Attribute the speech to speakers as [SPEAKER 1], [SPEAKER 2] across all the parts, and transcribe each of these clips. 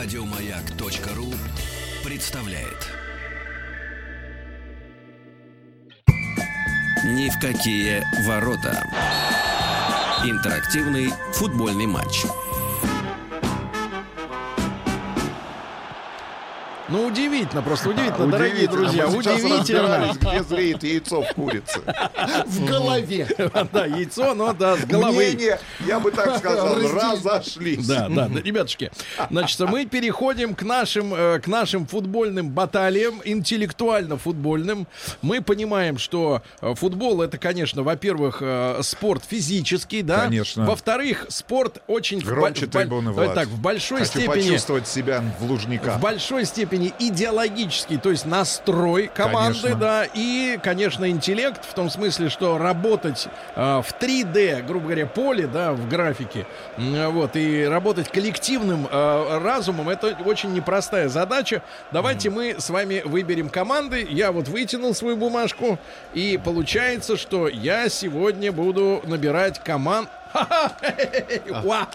[SPEAKER 1] Радиомаяк.ру представляет. Ни в какие ворота. Интерактивный футбольный матч.
[SPEAKER 2] Ну, удивительно, просто удивительно,
[SPEAKER 3] Ну, Удивительно,
[SPEAKER 2] А дорогие друзья,
[SPEAKER 3] мы сейчас
[SPEAKER 2] удивительно.
[SPEAKER 3] разбирались, где зреет яйцо в курице.
[SPEAKER 4] в голове.
[SPEAKER 2] Да, яйцо, но да, с головы.
[SPEAKER 3] Мнения, я бы так сказал,
[SPEAKER 4] Разделить.
[SPEAKER 3] разошлись.
[SPEAKER 2] Да, да, да, ребятушки. Значит, мы переходим к нашим, э, к нашим футбольным баталиям, интеллектуально-футбольным. Мы понимаем, что э, футбол это, конечно, во-первых, э, спорт физический, да.
[SPEAKER 3] Конечно.
[SPEAKER 2] Во-вторых, спорт очень в бо-
[SPEAKER 3] Громче
[SPEAKER 2] в бо-
[SPEAKER 3] трибуны,
[SPEAKER 2] давай
[SPEAKER 3] Влад.
[SPEAKER 2] так, в большой
[SPEAKER 3] Хочу
[SPEAKER 2] степени
[SPEAKER 3] почувствовать себя в лужниках.
[SPEAKER 2] в большой степени идеологический, то есть настрой команды,
[SPEAKER 3] Конечно.
[SPEAKER 2] да, и, конечно, интеллект в том смысле, что работать э, в 3D, грубо говоря, поле, да, в графике, м, вот, и работать коллективным э, разумом, это очень непростая задача. Давайте мы с вами выберем команды. Я вот вытянул свою бумажку, и получается, что я сегодня буду набирать команд. Уа!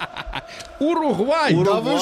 [SPEAKER 2] Уругвай!
[SPEAKER 4] Да вы
[SPEAKER 2] Да,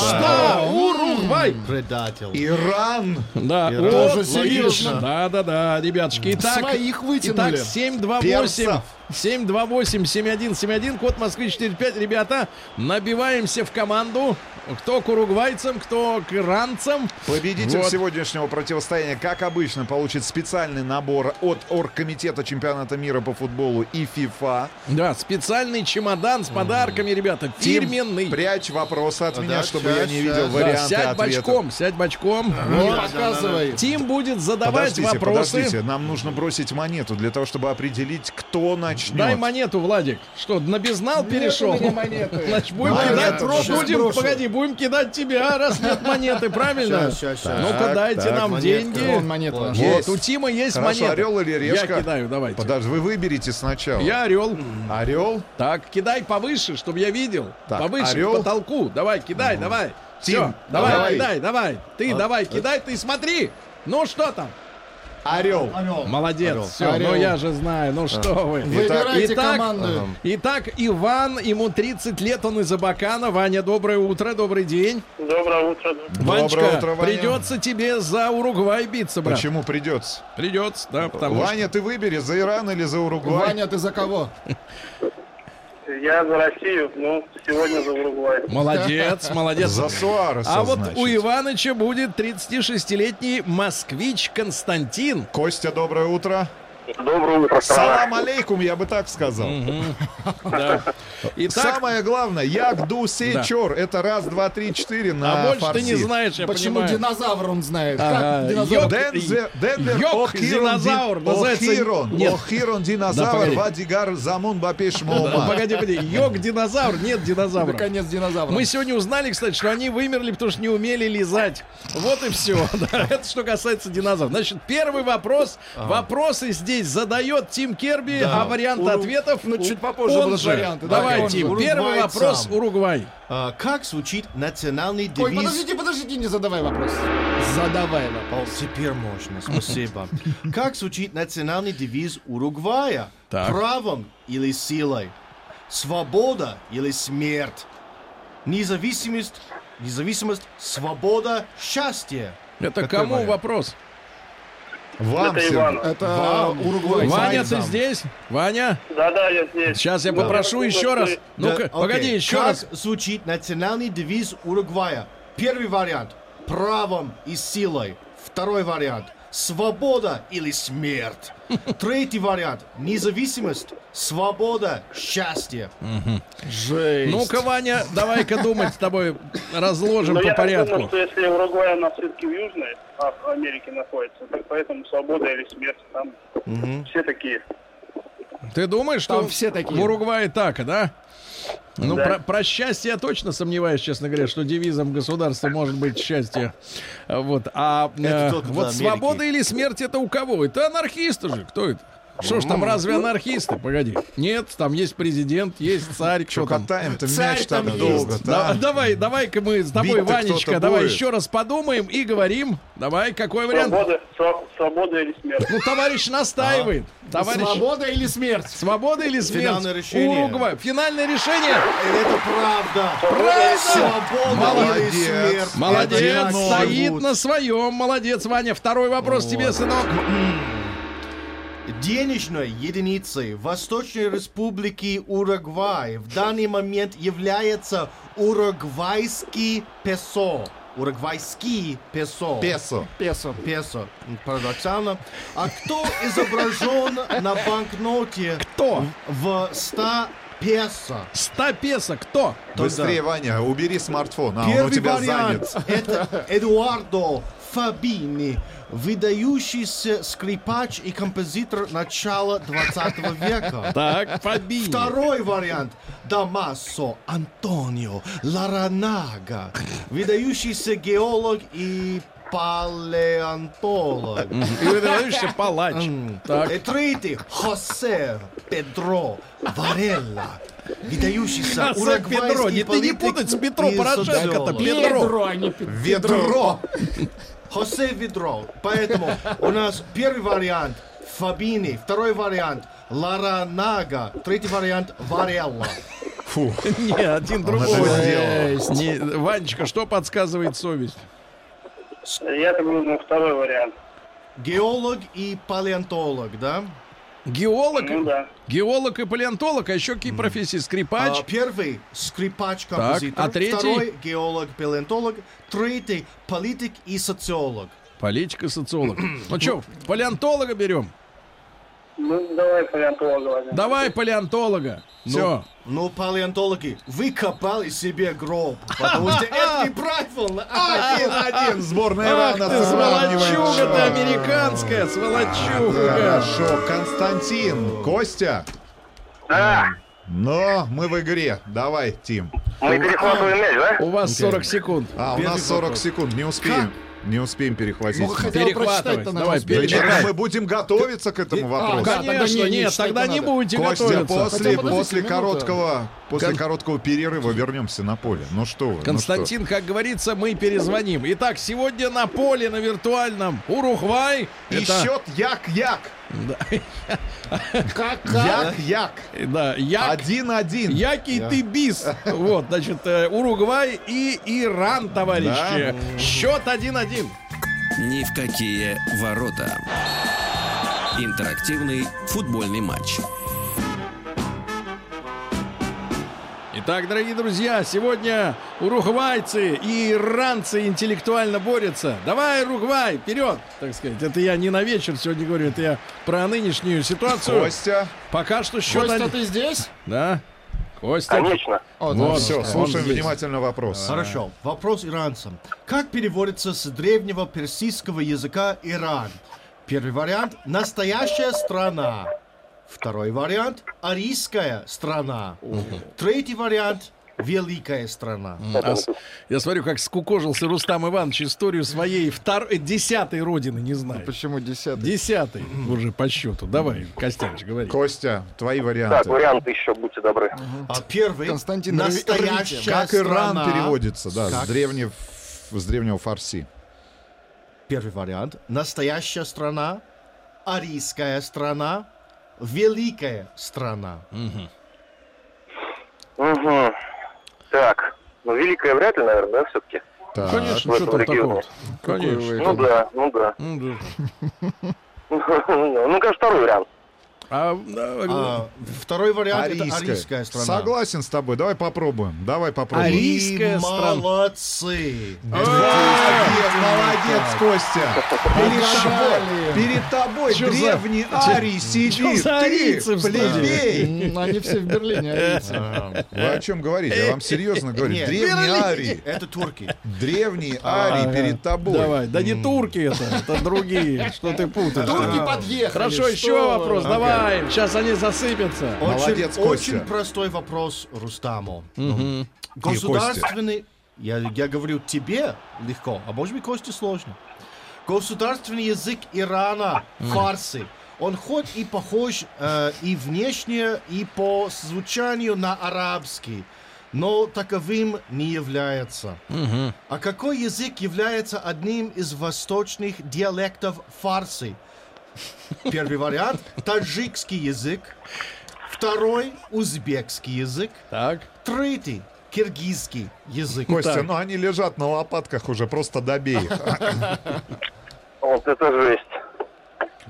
[SPEAKER 4] что?
[SPEAKER 2] Уругвай!
[SPEAKER 4] Предатель.
[SPEAKER 3] Иран.
[SPEAKER 2] Да,
[SPEAKER 4] И
[SPEAKER 2] о,
[SPEAKER 4] тоже
[SPEAKER 2] логично.
[SPEAKER 4] серьезно.
[SPEAKER 2] Да, да, да, ребятушки. Итак,
[SPEAKER 4] Своих
[SPEAKER 2] итак,
[SPEAKER 4] вытянули.
[SPEAKER 2] 728
[SPEAKER 3] Перцев.
[SPEAKER 2] 728 7171 код Москвы 45. Ребята, набиваемся в команду. Кто к уругвайцам, кто к иранцам.
[SPEAKER 3] Победитель
[SPEAKER 2] Вот.
[SPEAKER 3] сегодняшнего противостояния, как обычно, получит специальный набор от Оргкомитета чемпионата мира по футболу и ФИФА.
[SPEAKER 2] Да, специальный чемодан с подарками, ребята, фирменный.
[SPEAKER 3] прячь вопросы от
[SPEAKER 4] Да,
[SPEAKER 3] меня, чтобы
[SPEAKER 4] щас,
[SPEAKER 3] я не
[SPEAKER 4] щас.
[SPEAKER 3] видел
[SPEAKER 4] Да,
[SPEAKER 2] Да,
[SPEAKER 3] варианты
[SPEAKER 2] сядь
[SPEAKER 3] ответа.
[SPEAKER 2] бочком, сядь бочком.
[SPEAKER 4] Не
[SPEAKER 2] Вот.
[SPEAKER 4] показывай.
[SPEAKER 2] Тим будет задавать
[SPEAKER 3] Подождите,
[SPEAKER 2] вопросы.
[SPEAKER 3] подождите, нам нужно бросить монету для того, чтобы определить, кто начнет.
[SPEAKER 2] Дай монету, Владик. Что, на безнал перешел? Значит, будем
[SPEAKER 4] Монету
[SPEAKER 2] кидать,
[SPEAKER 4] сейчас
[SPEAKER 2] будем,
[SPEAKER 4] брошу.
[SPEAKER 2] погоди, будем кидать тебя, раз нет монеты, правильно?
[SPEAKER 4] Щас, щас, щас.
[SPEAKER 2] Ну-ка,
[SPEAKER 3] Так,
[SPEAKER 2] дайте
[SPEAKER 3] так,
[SPEAKER 2] нам
[SPEAKER 4] монетка.
[SPEAKER 2] деньги.
[SPEAKER 4] Вон монета
[SPEAKER 2] Вот,
[SPEAKER 4] наша.
[SPEAKER 2] у Тима есть
[SPEAKER 3] Хорошо,
[SPEAKER 2] монета.
[SPEAKER 3] орел или решка?
[SPEAKER 2] Я кидаю, давайте.
[SPEAKER 3] Подожди, вы выберите сначала.
[SPEAKER 2] Я орел.
[SPEAKER 3] Орел.
[SPEAKER 2] Так, кидай повыше, чтобы я видел.
[SPEAKER 3] Так,
[SPEAKER 2] повыше,
[SPEAKER 3] орел. Ну,
[SPEAKER 2] к потолку. Давай, кидай, давай. Все,
[SPEAKER 3] Тим,
[SPEAKER 2] давай,
[SPEAKER 3] давай. А, э,
[SPEAKER 2] кидай, давай. Ты давай, кидай, ты смотри. Ну что там?
[SPEAKER 3] Орел. А.
[SPEAKER 2] Молодец. Все,
[SPEAKER 4] Орел.
[SPEAKER 2] ну я же знаю, ну что вы.
[SPEAKER 4] Выбирайте
[SPEAKER 2] Итак, эм, э,
[SPEAKER 4] команду.
[SPEAKER 2] Итак, Иван, ему 30 лет, он из Абакана. Ваня, доброе утро, добрый день.
[SPEAKER 5] Доброе утро.
[SPEAKER 3] Доброе
[SPEAKER 2] Ванечка,
[SPEAKER 3] утро, Ваня.
[SPEAKER 2] придется тебе за Уругвай биться, брат.
[SPEAKER 3] Почему придется?
[SPEAKER 2] Придется, да, потому
[SPEAKER 3] Ваня, ты выбери за Иран или за Уругвай.
[SPEAKER 4] Ваня, ты за кого?
[SPEAKER 5] Я за Россию, ну, сегодня за Уругвай.
[SPEAKER 2] что... Молодец, молодец.
[SPEAKER 3] За Суареса,
[SPEAKER 2] А вот
[SPEAKER 3] значит.
[SPEAKER 2] у Иваныча будет 36-летний москвич Константин.
[SPEAKER 3] Костя, доброе утро.
[SPEAKER 5] Доброе утро,
[SPEAKER 3] Салам алейкум, я бы так сказал.
[SPEAKER 2] Да. Итак,
[SPEAKER 3] Самое главное, як ду сечор. Это раз, два, три, четыре на
[SPEAKER 2] а больше
[SPEAKER 3] фарси.
[SPEAKER 2] ты не знаешь, я
[SPEAKER 4] Почему
[SPEAKER 2] понимаю.
[SPEAKER 4] динозавр он знает?
[SPEAKER 2] Ага,
[SPEAKER 4] Как динозавр?
[SPEAKER 2] ёк.
[SPEAKER 3] Дензер, Денвер,
[SPEAKER 2] Йок,
[SPEAKER 3] Охирон,
[SPEAKER 2] динозавр,
[SPEAKER 3] Ди-
[SPEAKER 2] называется-
[SPEAKER 3] Охирон,
[SPEAKER 2] Нет.
[SPEAKER 3] Охирон,
[SPEAKER 2] Да,
[SPEAKER 3] динозавр,
[SPEAKER 2] погоди.
[SPEAKER 3] Вадигар, Замун, Бапеш,
[SPEAKER 2] Да,
[SPEAKER 3] Молма.
[SPEAKER 2] Погоди, погоди, йог динозавр, нет динозавра.
[SPEAKER 4] Наконец динозавр.
[SPEAKER 2] Мы сегодня узнали, кстати, что они вымерли, потому что не умели лизать. Вот и все. Это что касается динозавров. Значит, первый вопрос. Вопросы здесь задает Тим Керби, а варианты
[SPEAKER 4] Уру-
[SPEAKER 2] ответов...
[SPEAKER 4] Ну, чуть попозже
[SPEAKER 2] он
[SPEAKER 4] будут
[SPEAKER 2] же.
[SPEAKER 4] варианты, да,
[SPEAKER 2] Давай,
[SPEAKER 4] он же.
[SPEAKER 2] Тим, первый
[SPEAKER 6] Уругвайцам.
[SPEAKER 2] вопрос Уругвай.
[SPEAKER 6] А, как звучит национальный
[SPEAKER 4] Ой,
[SPEAKER 6] девиз?
[SPEAKER 4] подождите, подождите, не задавай вопрос. Задавай вопрос.
[SPEAKER 6] О, теперь можно, спасибо. Как звучит национальный девиз Уругвая?
[SPEAKER 2] Так.
[SPEAKER 6] Правом или силой? Свобода или смерть? Независимость, независимость, свобода, счастье.
[SPEAKER 2] Это
[SPEAKER 3] Какой
[SPEAKER 2] кому
[SPEAKER 3] вариант?
[SPEAKER 2] вопрос?
[SPEAKER 3] Вам
[SPEAKER 5] Это
[SPEAKER 3] всем.
[SPEAKER 5] Иван.
[SPEAKER 4] Это
[SPEAKER 6] Ва- Уругвай.
[SPEAKER 2] Ваня, ты
[SPEAKER 6] Зайцам.
[SPEAKER 2] здесь? Ваня?
[SPEAKER 5] Да-да, я здесь.
[SPEAKER 2] Сейчас я
[SPEAKER 5] Да. Ну,
[SPEAKER 2] попрошу еще раз.
[SPEAKER 6] Да,
[SPEAKER 2] Ну-ка,
[SPEAKER 6] окей.
[SPEAKER 2] погоди, еще
[SPEAKER 6] как
[SPEAKER 2] раз.
[SPEAKER 6] звучит национальный девиз Уругвая? Первый вариант – правом и силой. Второй вариант – свобода или смерть. Третий вариант – независимость, свобода, счастье.
[SPEAKER 4] Жесть.
[SPEAKER 2] Ну-ка, Ваня, давай-ка думать с тобой. Разложим
[SPEAKER 5] Но
[SPEAKER 2] по
[SPEAKER 5] Ну, я так
[SPEAKER 2] порядку.
[SPEAKER 5] думаю, что если Уругвай, она все-таки в Южной а в Америке находится, так поэтому свобода или смерть там все такие.
[SPEAKER 2] Ты думаешь, что
[SPEAKER 4] Там все такие.
[SPEAKER 2] в Уругвае так, да? Ну,
[SPEAKER 5] Да.
[SPEAKER 2] про, про счастье я точно сомневаюсь, честно говоря, что девизом государства может быть счастье. Вот. А э,
[SPEAKER 6] только для
[SPEAKER 2] вот
[SPEAKER 6] Америки.
[SPEAKER 2] свобода или смерть это у кого? Это анархисты же. Кто это? Что ж, там разве анархисты? Погоди. Нет, там есть президент, есть царь.
[SPEAKER 3] Что
[SPEAKER 2] Что там?
[SPEAKER 3] катаем-то
[SPEAKER 4] Царь
[SPEAKER 3] мяч
[SPEAKER 4] там
[SPEAKER 3] там
[SPEAKER 4] есть.
[SPEAKER 3] долго?
[SPEAKER 2] Да,
[SPEAKER 3] да?
[SPEAKER 2] давай, давай-ка мы с тобой,
[SPEAKER 3] Бить-то
[SPEAKER 2] Ванечка,
[SPEAKER 3] кто-то
[SPEAKER 2] давай
[SPEAKER 3] будет.
[SPEAKER 2] еще раз подумаем и говорим. Давай, какой вариант?
[SPEAKER 5] Свобода, сва- свобода или смерть?
[SPEAKER 2] Ну, товарищ настаивает.
[SPEAKER 4] А,
[SPEAKER 2] Товарищ,
[SPEAKER 4] Свобода или смерть?
[SPEAKER 2] свобода или смерть?
[SPEAKER 6] Финальное решение.
[SPEAKER 2] Уругвай. Финальное решение.
[SPEAKER 6] Это правда.
[SPEAKER 2] Правда?
[SPEAKER 6] Свобода
[SPEAKER 3] Молодец.
[SPEAKER 6] или смерть. Это
[SPEAKER 2] Молодец,
[SPEAKER 6] одинаково.
[SPEAKER 2] стоит на своем. Молодец, Ваня. Второй вопрос тебе, сынок.
[SPEAKER 6] Денежной единицей Восточной Республики Уругвай в данный момент является уругвайский песо. Уругвайский песо.
[SPEAKER 3] Песо.
[SPEAKER 4] Песо.
[SPEAKER 6] Песо. Парадоксально. А кто изображен на банкноте
[SPEAKER 2] Кто?
[SPEAKER 6] в 100 песо?
[SPEAKER 2] 100 песо. Кто?
[SPEAKER 3] Быстрее, Ваня, убери смартфон, а он у
[SPEAKER 6] Первый
[SPEAKER 3] тебя
[SPEAKER 6] вариант
[SPEAKER 3] занят.
[SPEAKER 6] это Эдуардо Фабини, выдающийся скрипач и композитор начала 20 века.
[SPEAKER 2] Так, Фабини.
[SPEAKER 6] Второй вариант Дамасо Антонио Ларанага, выдающийся геолог и палеонтолог.
[SPEAKER 2] И выдающийся палач. Так.
[SPEAKER 6] И третий Хосе Педро Варелла, выдающийся
[SPEAKER 2] Хосе Педро, не-
[SPEAKER 6] уругвайский
[SPEAKER 2] ты не
[SPEAKER 6] политик
[SPEAKER 2] путать с Петро
[SPEAKER 6] и
[SPEAKER 2] Порошенко-то,
[SPEAKER 6] социолог.
[SPEAKER 2] Пе- Педро.
[SPEAKER 4] а не Пе-
[SPEAKER 3] Ведро.
[SPEAKER 6] Хосе Ведро. Поэтому у нас первый вариант Фабини, второй вариант Ларанага, третий вариант Варелла.
[SPEAKER 2] Не, один
[SPEAKER 3] это
[SPEAKER 2] другого
[SPEAKER 3] сделал.
[SPEAKER 2] сделал. Не, Ванечка, что подсказывает совесть?
[SPEAKER 5] Я думаю, ну, второй вариант.
[SPEAKER 6] Геолог и палеонтолог, да?
[SPEAKER 2] Геолог,
[SPEAKER 5] Ну да.
[SPEAKER 2] геолог и палеонтолог, а еще какие профессии? Скрипач?
[SPEAKER 6] А, первый скрипач-композитор,
[SPEAKER 2] Так, а третий?
[SPEAKER 6] второй геолог-палеонтолог, третий политик и социолог.
[SPEAKER 2] Политик и социолог. Ну что, палеонтолога берем?
[SPEAKER 5] Ну, давай палеонтолога возьмем.
[SPEAKER 2] Давай палеонтолога. Все.
[SPEAKER 6] Ну, палеонтологи, вы копали себе гроб, потому что это неправильно. Один-один.
[SPEAKER 3] Сборная
[SPEAKER 2] Ах
[SPEAKER 3] Ирана
[SPEAKER 2] ты,
[SPEAKER 3] сравнивает.
[SPEAKER 2] сволочуга ты
[SPEAKER 3] Да.
[SPEAKER 2] американская, сволочуга.
[SPEAKER 3] Хорошо, Константин, Костя.
[SPEAKER 5] Да,
[SPEAKER 3] Но мы в игре. Давай, Тим.
[SPEAKER 5] мы перехватываем мяч, да?
[SPEAKER 2] У вас 40 секунд.
[SPEAKER 3] А, у нас 40 секунд. Не успеем. Не успеем перехватить.
[SPEAKER 4] Ну, хотел
[SPEAKER 2] Перехватывай.
[SPEAKER 4] прочитать-то,
[SPEAKER 2] Давай,
[SPEAKER 4] наверное,
[SPEAKER 3] Да нет,
[SPEAKER 2] перечитай.
[SPEAKER 3] мы будем готовиться к этому вопросу.
[SPEAKER 4] да, тогда
[SPEAKER 2] Конечно,
[SPEAKER 4] не- не
[SPEAKER 2] нет,
[SPEAKER 4] считать
[SPEAKER 2] тогда
[SPEAKER 4] не
[SPEAKER 2] не
[SPEAKER 4] надо.
[SPEAKER 2] будете
[SPEAKER 3] Костя,
[SPEAKER 2] готовиться.
[SPEAKER 3] после, Ну
[SPEAKER 4] Хотя,
[SPEAKER 3] после
[SPEAKER 4] подождите,
[SPEAKER 3] короткого, после короткого перерыва вернемся на поле. Ну что вы, ну
[SPEAKER 2] Константин, как говорится, мы перезвоним. Итак, сегодня на поле, на виртуальном, Уругвай.
[SPEAKER 3] что? И
[SPEAKER 2] это-
[SPEAKER 3] счет як-як.
[SPEAKER 4] Как? как?
[SPEAKER 3] Як-як.
[SPEAKER 2] Да, як,
[SPEAKER 3] Один-один.
[SPEAKER 2] який ты бис. Вот, значит, э, Уругвай и Иран, товарищи. Счет 1-1.
[SPEAKER 1] Ни в какие ворота. Интерактивный футбольный матч.
[SPEAKER 2] Итак, дорогие друзья, сегодня уругвайцы и иранцы интеллектуально борются. Давай, Уругвай, вперед, так сказать. Это я не на вечер сегодня говорю, это я про нынешнюю ситуацию.
[SPEAKER 3] Костя.
[SPEAKER 2] Пока что счет
[SPEAKER 4] Костя,
[SPEAKER 2] один-
[SPEAKER 4] а ты здесь?
[SPEAKER 2] Да? Костя.
[SPEAKER 5] Конечно.
[SPEAKER 4] О,
[SPEAKER 2] Вот.
[SPEAKER 4] да.
[SPEAKER 3] Все,
[SPEAKER 2] он
[SPEAKER 3] слушаем
[SPEAKER 2] здесь.
[SPEAKER 3] внимательно вопрос.
[SPEAKER 6] Хорошо. Вопрос иранцам. Как переводится с древнего персидского языка Иран? Первый вариант – настоящая страна. Второй вариант – арийская страна. Третий вариант – великая страна.
[SPEAKER 2] А с- Я смотрю, как скукожился Рустам Иванович историю своей втор... э, десятой родины, не знаю.
[SPEAKER 4] Почему десятый?
[SPEAKER 2] Десятой уже по счету. Давай, Костяныч, говори.
[SPEAKER 3] Костя, твои
[SPEAKER 5] Так,
[SPEAKER 3] варианты.
[SPEAKER 5] варианты еще, будьте добры.
[SPEAKER 6] А первый –
[SPEAKER 4] Константин, рви- рвите.
[SPEAKER 6] настоящая
[SPEAKER 3] Как Иран
[SPEAKER 6] страна.
[SPEAKER 3] переводится, да,
[SPEAKER 6] Как?
[SPEAKER 3] с, древнев- с древнего фарси.
[SPEAKER 6] Первый вариант – настоящая страна, арийская страна, великая страна.
[SPEAKER 5] Угу. Так, ну, великая вряд ли, наверное, да, все-таки?
[SPEAKER 3] Так.
[SPEAKER 2] Конечно, что
[SPEAKER 5] в этом
[SPEAKER 2] там
[SPEAKER 5] регионе.
[SPEAKER 2] такого Конечно.
[SPEAKER 5] Ну да, ну да.
[SPEAKER 2] Ну да.
[SPEAKER 5] Ну, конечно, второй вариант.
[SPEAKER 2] А, да,
[SPEAKER 6] А, второй вариант это
[SPEAKER 3] Арийская.
[SPEAKER 6] арийская страна.
[SPEAKER 3] Согласен с тобой. Давай попробуем. Давай попробуем.
[SPEAKER 2] Ари-
[SPEAKER 6] И
[SPEAKER 2] Арийская страна.
[SPEAKER 6] молодцы.
[SPEAKER 3] Молодец, молодец, Костя. Перед тобой, перед тобой
[SPEAKER 2] Чё за-
[SPEAKER 3] древний Арий
[SPEAKER 2] чё
[SPEAKER 3] сидит.
[SPEAKER 2] за арийцы
[SPEAKER 3] Ты,
[SPEAKER 2] в студии?
[SPEAKER 3] плебей.
[SPEAKER 4] М, Они все в Берлине, а арийцы.
[SPEAKER 3] Вы о чем говорите?
[SPEAKER 2] Э,
[SPEAKER 3] Я вам серьезно говорю.
[SPEAKER 6] Нет.
[SPEAKER 3] Древний Арий.
[SPEAKER 6] Это турки.
[SPEAKER 3] Древний
[SPEAKER 6] А,
[SPEAKER 3] Арий
[SPEAKER 6] э,
[SPEAKER 3] перед тобой.
[SPEAKER 2] давай. Да не турки это, это другие. Что ты путаешь?
[SPEAKER 4] Турки подъехали.
[SPEAKER 2] Хорошо,
[SPEAKER 4] что
[SPEAKER 2] еще
[SPEAKER 4] вы.
[SPEAKER 2] вопрос. Давай. Сейчас они засыпятся.
[SPEAKER 3] Молодец,
[SPEAKER 6] очень,
[SPEAKER 3] Костя.
[SPEAKER 6] очень простой вопрос Рустаму. Государственный... Я, я говорю тебе легко, а может быть Косте сложно. Государственный язык Ирана, фарси. Он хоть и похож э, и внешне, и по звучанию на арабский, но таковым не является. А какой язык является одним из восточных диалектов фарси? Первый вариант – таджикский язык. Второй – узбекский язык.
[SPEAKER 2] Так.
[SPEAKER 6] Третий – киргизский язык.
[SPEAKER 3] Костя, ну они лежат на лопатках уже, просто добей их.
[SPEAKER 5] Вот это жесть.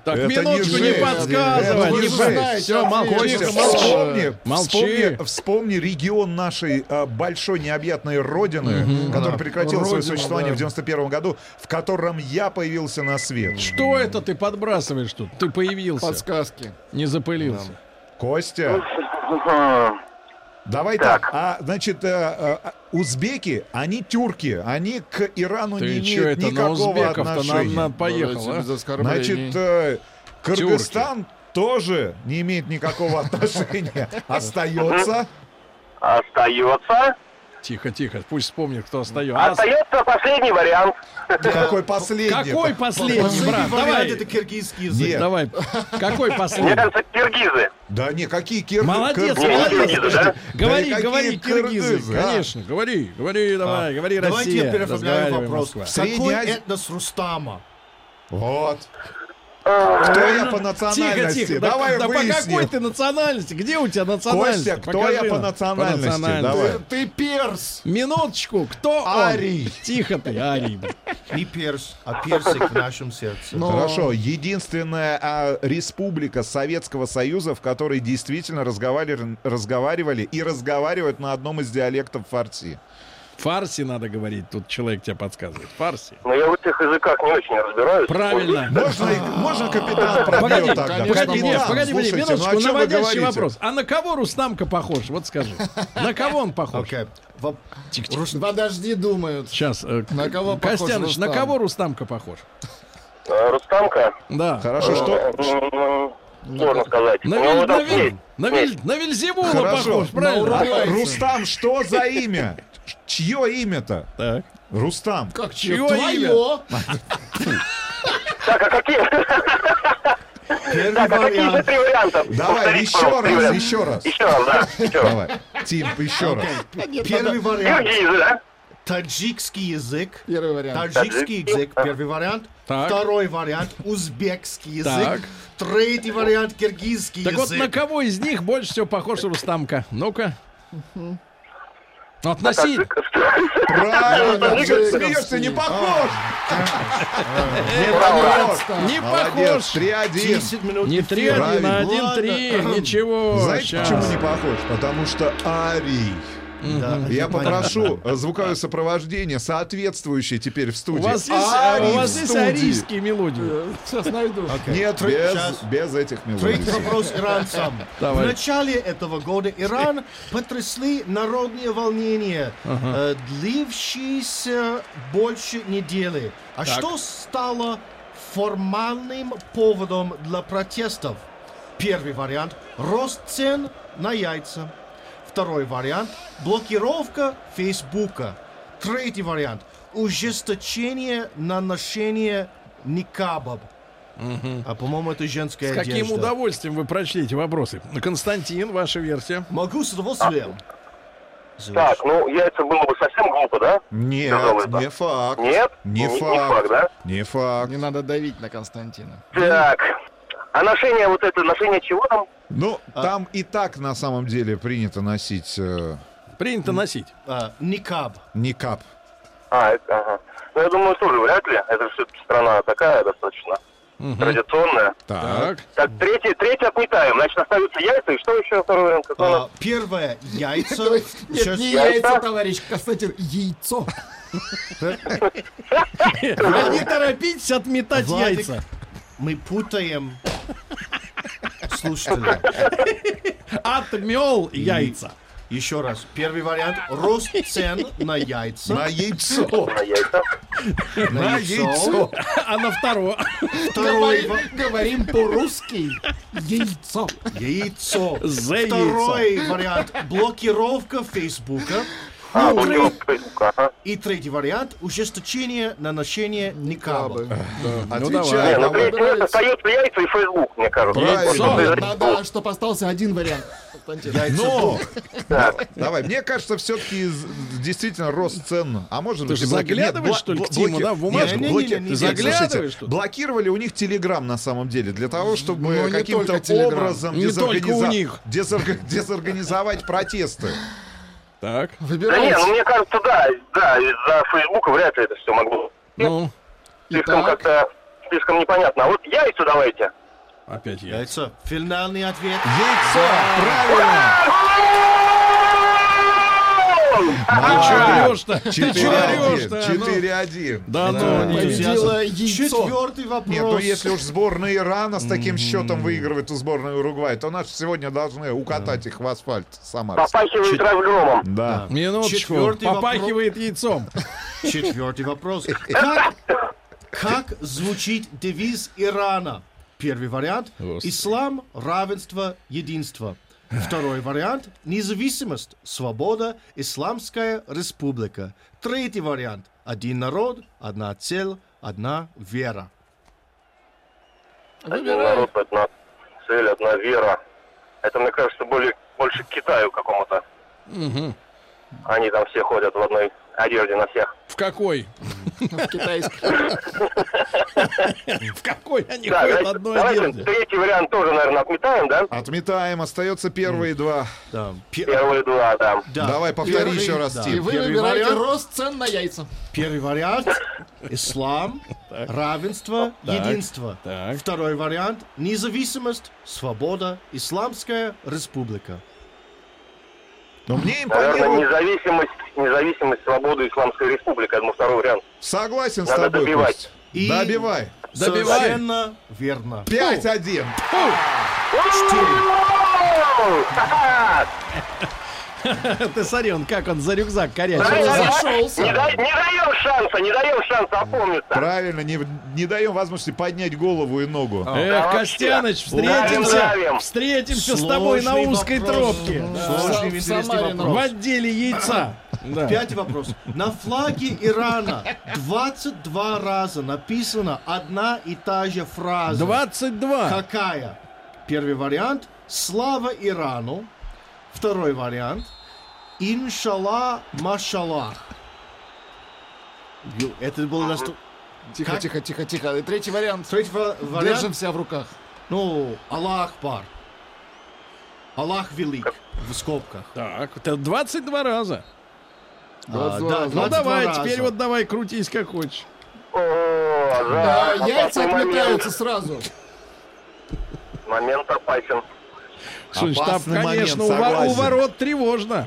[SPEAKER 2] Так,
[SPEAKER 3] Это не
[SPEAKER 2] минутку не,
[SPEAKER 3] жесть.
[SPEAKER 2] подсказывай.
[SPEAKER 3] Это
[SPEAKER 2] не
[SPEAKER 3] не
[SPEAKER 2] под-
[SPEAKER 3] жесть.
[SPEAKER 2] Всё, молчи,
[SPEAKER 3] Костя,
[SPEAKER 2] тихо, молчи.
[SPEAKER 3] вспомни,
[SPEAKER 2] Молчи.
[SPEAKER 3] вспомни, вспомни регион нашей э, большой необъятной родины, который прекратил
[SPEAKER 2] Родина,
[SPEAKER 3] свое существование
[SPEAKER 2] да.
[SPEAKER 3] в 91 году, в котором я появился на свет.
[SPEAKER 2] Что это ты подбрасываешь тут? Ты появился,
[SPEAKER 4] Подсказки.
[SPEAKER 2] не запылился.
[SPEAKER 3] Костя, давай так. А, значит, э, э, а, узбеки, они тюрки, они к Ирану не
[SPEAKER 2] Ты что
[SPEAKER 3] имеют
[SPEAKER 2] это на
[SPEAKER 3] никакого
[SPEAKER 2] узбеков-то нам
[SPEAKER 3] отношения.
[SPEAKER 2] надо поехал,
[SPEAKER 4] Давайте
[SPEAKER 2] а?
[SPEAKER 4] без оскорблений.
[SPEAKER 3] Значит, э, Кыргызстан тоже не имеет никакого отношения. Остается.
[SPEAKER 5] Остается.
[SPEAKER 2] Тихо, тихо, пусть вспомнит, кто остается.
[SPEAKER 5] Остается последний вариант.
[SPEAKER 3] Какой последний?
[SPEAKER 2] Какой последний,
[SPEAKER 6] Последний
[SPEAKER 2] брат?
[SPEAKER 6] вариант
[SPEAKER 2] Давай,
[SPEAKER 6] это киргизский язык.
[SPEAKER 3] Нет.
[SPEAKER 2] давай. Какой
[SPEAKER 5] Мне
[SPEAKER 2] последний?
[SPEAKER 5] кажется, киргизы.
[SPEAKER 3] Да не, какие кир...
[SPEAKER 2] Молодец,
[SPEAKER 3] кыргызы?
[SPEAKER 2] молодец.
[SPEAKER 5] Киргизы, да?
[SPEAKER 2] Говори,
[SPEAKER 3] Да и какие
[SPEAKER 2] говори, киргизы.
[SPEAKER 3] кыргызы, а?
[SPEAKER 2] Конечно, говори, говори, давай, говори,
[SPEAKER 6] Давайте я
[SPEAKER 2] Россия.
[SPEAKER 6] переформляю
[SPEAKER 2] разговаривай,
[SPEAKER 6] вопрос.
[SPEAKER 2] Москва.
[SPEAKER 3] Средняя
[SPEAKER 6] Какой
[SPEAKER 3] Азия-
[SPEAKER 6] этнос Рустама?
[SPEAKER 3] Вот. Кто я по
[SPEAKER 2] Тихо,
[SPEAKER 3] национальности?
[SPEAKER 2] тихо. да-
[SPEAKER 3] Давай
[SPEAKER 2] да, по
[SPEAKER 3] выясним.
[SPEAKER 2] какой ты национальности? Где у тебя национальность?
[SPEAKER 3] Костя, кто я
[SPEAKER 2] Покажи
[SPEAKER 3] по
[SPEAKER 2] нам.
[SPEAKER 3] национальности? Давай.
[SPEAKER 4] Ты перс!
[SPEAKER 2] Минуточку, кто он?
[SPEAKER 3] Арий.
[SPEAKER 2] Тихо ты, Арий. блин.
[SPEAKER 6] Не перс, а персик в нашем сердце.
[SPEAKER 3] Хорошо, Ну. единственная а, республика Советского Союза, в которой действительно разговаривали, разговаривали и разговаривают на одном из диалектов фарси.
[SPEAKER 2] Фарси надо говорить, тут человек тебе подсказывает. Фарси.
[SPEAKER 5] Но я в этих языках не очень разбираюсь.
[SPEAKER 2] Правильно.
[SPEAKER 3] Можно, и- можно капитан пробьет
[SPEAKER 2] Погоди,
[SPEAKER 3] Ну, тогда?
[SPEAKER 2] погоди, нет,
[SPEAKER 3] Капитан,
[SPEAKER 2] погоди, погоди,
[SPEAKER 3] слушайте, ну о
[SPEAKER 2] минуточку,
[SPEAKER 3] чем вы
[SPEAKER 2] наводящий
[SPEAKER 3] говорите?
[SPEAKER 2] вопрос. А на кого Рустамка похож? Вот скажи. На кого он похож?
[SPEAKER 6] Окей. Во-
[SPEAKER 4] Рус- Подожди, думают.
[SPEAKER 2] Сейчас, э,
[SPEAKER 4] На кого похож
[SPEAKER 2] Костяныч, на
[SPEAKER 4] Рустам?
[SPEAKER 2] кого Рустамка похож?
[SPEAKER 5] Э, Рустамка.
[SPEAKER 2] Да.
[SPEAKER 3] Хорошо, что...
[SPEAKER 5] М, Сложно сказать.
[SPEAKER 2] На,
[SPEAKER 5] Ну,
[SPEAKER 2] Виль-
[SPEAKER 5] вот
[SPEAKER 2] на,
[SPEAKER 5] так
[SPEAKER 2] Виль-
[SPEAKER 5] есть.
[SPEAKER 2] на Виль- на Вильзевула
[SPEAKER 3] Хорошо.
[SPEAKER 2] похож, правильно?
[SPEAKER 4] На Ура-
[SPEAKER 3] Рустам, что за имя? Чье имя-то?
[SPEAKER 2] Так.
[SPEAKER 3] Рустам.
[SPEAKER 4] Как
[SPEAKER 2] Чьё
[SPEAKER 4] чье?
[SPEAKER 2] имя?
[SPEAKER 4] Твое!
[SPEAKER 5] Так, а какие?
[SPEAKER 6] Первый
[SPEAKER 5] Так, а какие же
[SPEAKER 6] вариант.
[SPEAKER 5] три варианта?
[SPEAKER 3] Давай,
[SPEAKER 5] Повторите,
[SPEAKER 3] еще
[SPEAKER 5] пожалуйста, три
[SPEAKER 3] раз,
[SPEAKER 5] варианта.
[SPEAKER 3] еще раз.
[SPEAKER 5] Еще раз, да. Еще раз.
[SPEAKER 3] Давай. Тим, еще раз.
[SPEAKER 6] Первый вариант.
[SPEAKER 5] Киргизы, да?
[SPEAKER 6] Таджикский язык.
[SPEAKER 4] Первый вариант.
[SPEAKER 6] Таджикский язык, первый вариант.
[SPEAKER 2] Так.
[SPEAKER 6] Второй вариант, узбекский
[SPEAKER 2] Так.
[SPEAKER 6] язык. Третий вариант, киргизский
[SPEAKER 2] Так вот, на
[SPEAKER 6] язык.
[SPEAKER 2] кого из них больше всего похож Рустамка? Ну-ка. Ну,
[SPEAKER 5] Так,
[SPEAKER 2] Относи.
[SPEAKER 3] Правильно,
[SPEAKER 4] Да,
[SPEAKER 3] ты же
[SPEAKER 4] да,
[SPEAKER 3] смеешься,
[SPEAKER 4] да.
[SPEAKER 3] не похож.
[SPEAKER 5] Браво.
[SPEAKER 2] А. Не
[SPEAKER 3] Молодец,
[SPEAKER 2] похож.
[SPEAKER 3] 3-1.
[SPEAKER 6] 10 минут.
[SPEAKER 2] Не
[SPEAKER 6] эфира.
[SPEAKER 2] 3 1 а
[SPEAKER 6] Правильно.
[SPEAKER 2] 1 3
[SPEAKER 6] Ладно.
[SPEAKER 2] Ничего.
[SPEAKER 3] Знаете,
[SPEAKER 2] щас.
[SPEAKER 3] почему не похож? Потому что Арий.
[SPEAKER 6] Да,
[SPEAKER 3] Я
[SPEAKER 6] понятно.
[SPEAKER 3] попрошу э, звуковое сопровождение, соответствующее теперь в
[SPEAKER 2] У
[SPEAKER 3] студии.
[SPEAKER 2] вас есть,
[SPEAKER 3] Арий
[SPEAKER 2] у
[SPEAKER 3] в
[SPEAKER 2] вас есть
[SPEAKER 3] студии.
[SPEAKER 2] арийские мелодии.
[SPEAKER 4] Сейчас найду.
[SPEAKER 3] Нет,
[SPEAKER 6] Три-
[SPEAKER 3] без-
[SPEAKER 6] щас.
[SPEAKER 3] без этих
[SPEAKER 6] Третий
[SPEAKER 3] мелодий.
[SPEAKER 6] вопрос иранцам.
[SPEAKER 2] Давай.
[SPEAKER 6] В начале этого года Иран потрясли народные волнения, э, длившиеся больше недели. А что стало формальным поводом для протестов? Первый вариант – рост цен на яйца. Второй вариант – блокировка Фейсбука. Третий вариант – ужесточение на ношение никабов. А по-моему, это женская
[SPEAKER 2] С каким
[SPEAKER 6] одежда.
[SPEAKER 2] удовольствием вы прочли эти вопросы? Константин, ваша версия.
[SPEAKER 6] Могу с удовольствием.
[SPEAKER 5] Так, ну яйца было бы совсем глупо, да?
[SPEAKER 3] Нет,
[SPEAKER 5] Сказал это.
[SPEAKER 3] не факт.
[SPEAKER 5] Нет?
[SPEAKER 3] Не
[SPEAKER 5] Н-
[SPEAKER 3] факт.
[SPEAKER 5] да?
[SPEAKER 3] Не ну, факт.
[SPEAKER 4] Не надо давить на Константина.
[SPEAKER 5] Так. А ношение вот это, ношение чего там?
[SPEAKER 3] Ну, там и так на самом деле принято носить э,
[SPEAKER 2] Принято носить.
[SPEAKER 6] А, никаб.
[SPEAKER 3] никап.
[SPEAKER 5] А, это, ага. Ну, я думаю, тоже вряд ли. Это же все-таки страна такая достаточно традиционная.
[SPEAKER 3] Так.
[SPEAKER 2] Так.
[SPEAKER 5] Так, третий, третий отметаем. Значит, остаются яйца. И что еще второй вариант? Какой у нас?
[SPEAKER 6] А, первое яйца.
[SPEAKER 4] Нет,
[SPEAKER 6] Сейчас-
[SPEAKER 4] не
[SPEAKER 5] я-
[SPEAKER 4] яйца, товарищ Константин, яйцо.
[SPEAKER 2] А не торопитесь отметать
[SPEAKER 6] Владик.
[SPEAKER 2] яйца.
[SPEAKER 6] Мы путаем слушателя.
[SPEAKER 2] Отмел яйца.
[SPEAKER 6] Еще раз. Первый вариант. Рост цен на яйца.
[SPEAKER 3] На яйцо.
[SPEAKER 5] На яйца.
[SPEAKER 3] На яйцо.
[SPEAKER 2] А на второго.
[SPEAKER 6] Второй
[SPEAKER 4] Говорим,
[SPEAKER 6] ва-
[SPEAKER 4] говорим по-русски. Яйцо.
[SPEAKER 6] яйцо.
[SPEAKER 2] За яйцо.
[SPEAKER 6] Второй вариант. Блокировка Фейсбука.
[SPEAKER 5] А,
[SPEAKER 6] Ну,
[SPEAKER 5] блокировка
[SPEAKER 6] Украина.
[SPEAKER 5] Фейсбука, ага.
[SPEAKER 6] И третий вариант – ужесточение на ношение никаба.
[SPEAKER 5] Не,
[SPEAKER 3] Отвечай.
[SPEAKER 5] ну
[SPEAKER 3] давай.
[SPEAKER 5] третий вариант остается яйца и Фейсбук, мне кажется. э,
[SPEAKER 3] Правильно.
[SPEAKER 5] Что ты-
[SPEAKER 4] Надо, чтоб остался один вариант. Константин.
[SPEAKER 3] Но,
[SPEAKER 5] Так.
[SPEAKER 3] давай, мне кажется, все-таки действительно рост цен. А может
[SPEAKER 2] Ты
[SPEAKER 3] быть,
[SPEAKER 2] же
[SPEAKER 3] и блоки-
[SPEAKER 2] заглядываешь,
[SPEAKER 3] Нет, бла-
[SPEAKER 2] что ли,
[SPEAKER 3] бла-
[SPEAKER 2] к Тиму,
[SPEAKER 3] блоки-
[SPEAKER 2] да, в бумажку?
[SPEAKER 3] Нет,
[SPEAKER 6] Не-не-не,
[SPEAKER 3] блоки-
[SPEAKER 6] не
[SPEAKER 3] нет,
[SPEAKER 2] заглядываешь,
[SPEAKER 3] слушайте,
[SPEAKER 2] что ли?
[SPEAKER 3] Блокировали у них Телеграм на самом деле, для того,
[SPEAKER 4] Ну,
[SPEAKER 3] чтобы
[SPEAKER 4] не
[SPEAKER 3] каким-то
[SPEAKER 4] только Telegram.
[SPEAKER 3] образом
[SPEAKER 2] Не
[SPEAKER 3] дезорганиза-
[SPEAKER 2] только у них.
[SPEAKER 3] дезорг- дезорганизовать протесты.
[SPEAKER 2] Так.
[SPEAKER 5] Да не, ну
[SPEAKER 4] Выбирайте.
[SPEAKER 5] мне кажется, да, да, из-за Фейсбука вряд ли это все могло.
[SPEAKER 2] Ну,
[SPEAKER 5] Слишком
[SPEAKER 4] Итак.
[SPEAKER 5] как-то, слишком непонятно. А вот яйца давайте.
[SPEAKER 2] опять я.
[SPEAKER 6] Яйцо. Финальный ответ.
[SPEAKER 3] Яйцо, правильно!
[SPEAKER 2] Ты чё орёшь-то? Ты чё
[SPEAKER 3] 4-1,
[SPEAKER 2] орёшь-то? Ну,
[SPEAKER 3] 4-1.
[SPEAKER 2] Да ну, не
[SPEAKER 4] Победила яйцо.
[SPEAKER 6] Четвертый вопрос.
[SPEAKER 3] Нет, ну если уж сборная Ирана с таким счетом выигрывает у сборной Уругвай, то наши сегодня должны укатать их в асфальт Самар.
[SPEAKER 5] Попахивает разгромом.
[SPEAKER 3] Да.
[SPEAKER 2] Минуточку.
[SPEAKER 6] Четвёртый вопрос.
[SPEAKER 2] Попахивает яйцом.
[SPEAKER 6] Четвертый вопрос. Как, как звучит девиз Ирана? Первый вариант –
[SPEAKER 2] Господи.
[SPEAKER 6] ислам, равенство, единство. Второй вариант – независимость, свобода, исламская республика. Третий вариант – один народ, одна цель, одна вера.
[SPEAKER 5] Один народ, одна цель, одна вера. Это, мне кажется, более, больше к Китаю какому-то. Они там все ходят в одной одежде на всех.
[SPEAKER 2] В какой?
[SPEAKER 4] Китайский.
[SPEAKER 2] В какой они
[SPEAKER 5] Да,
[SPEAKER 2] ходят
[SPEAKER 5] значит,
[SPEAKER 2] одной
[SPEAKER 5] давайте
[SPEAKER 2] одежде?
[SPEAKER 5] третий вариант тоже, наверное, отметаем, да?
[SPEAKER 3] А. Отметаем, остается первые два.
[SPEAKER 6] Да. Пе-
[SPEAKER 5] Первые два, да.
[SPEAKER 6] да.
[SPEAKER 3] Давай, повтори
[SPEAKER 6] Первый-
[SPEAKER 3] еще раз,
[SPEAKER 6] да.
[SPEAKER 4] И
[SPEAKER 3] Тим.
[SPEAKER 4] вы
[SPEAKER 6] Первый
[SPEAKER 4] выбираете
[SPEAKER 6] вариант.
[SPEAKER 4] рост цен на яйца.
[SPEAKER 6] Первый вариант – ислам, равенство, единство.
[SPEAKER 2] так.
[SPEAKER 6] Второй вариант – независимость, свобода, исламская республика.
[SPEAKER 3] Но мне
[SPEAKER 5] Наверное,
[SPEAKER 3] импонирует.
[SPEAKER 5] независимость, независимость, свобода Исламской Республики, я думаю, второй вариант.
[SPEAKER 3] Согласен с
[SPEAKER 5] Надо
[SPEAKER 3] тобой,
[SPEAKER 5] добивать.
[SPEAKER 3] Кость.
[SPEAKER 6] И-
[SPEAKER 3] Добивай.
[SPEAKER 2] Добивай.
[SPEAKER 6] Совершенно верно.
[SPEAKER 3] 5-1.
[SPEAKER 5] Ха-ха!
[SPEAKER 2] Ты смотри, он как он за рюкзак
[SPEAKER 5] Ай,
[SPEAKER 2] корячится.
[SPEAKER 5] ай, ай!
[SPEAKER 4] Зашелся.
[SPEAKER 5] Не дай- не даем шанса, не даем шанса опомниться.
[SPEAKER 3] Правильно, не, не даем возможности поднять голову и ногу.
[SPEAKER 5] Да
[SPEAKER 2] Эх,
[SPEAKER 5] вообще.
[SPEAKER 2] Костяныч,
[SPEAKER 5] Давим,
[SPEAKER 2] встретимся,
[SPEAKER 5] давим.
[SPEAKER 2] встретимся с тобой на
[SPEAKER 6] Сложный
[SPEAKER 2] узкой
[SPEAKER 6] вопрос.
[SPEAKER 2] тропке.
[SPEAKER 4] Сам-
[SPEAKER 6] Сложный,
[SPEAKER 4] в
[SPEAKER 6] интересный
[SPEAKER 4] Самаре
[SPEAKER 6] вопрос.
[SPEAKER 2] В отделе яйца. Да.
[SPEAKER 6] Пятый вопрос. На флаге Ирана 22 раза написана одна и та же фраза.
[SPEAKER 2] 22.
[SPEAKER 6] Какая? Первый вариант – «Слава Ирану». Второй вариант – «Иншалла Машалла». Ю, Это было настолько...
[SPEAKER 4] Тихо,
[SPEAKER 6] Как?
[SPEAKER 4] тихо, тихо, тихо. И Третий вариант.
[SPEAKER 6] Третий ва- вариант
[SPEAKER 4] Держимся в руках.
[SPEAKER 6] Ну, Аллах Акбар. Аллах Велик, в скобках.
[SPEAKER 2] Так, это 22 раза.
[SPEAKER 6] А,
[SPEAKER 4] 22
[SPEAKER 6] да,
[SPEAKER 4] раза.
[SPEAKER 2] Ну
[SPEAKER 6] 22
[SPEAKER 2] давай,
[SPEAKER 6] раза.
[SPEAKER 2] теперь вот давай, крутись как хочешь.
[SPEAKER 5] О,
[SPEAKER 4] Да,
[SPEAKER 5] да.
[SPEAKER 4] А, яйца
[SPEAKER 5] опасный момент.
[SPEAKER 4] отметаются сразу.
[SPEAKER 5] Момент опасен.
[SPEAKER 2] Слушай, там,
[SPEAKER 3] Опасный момент,
[SPEAKER 2] конечно, у во- у
[SPEAKER 3] согласен.
[SPEAKER 2] ворот тревожно.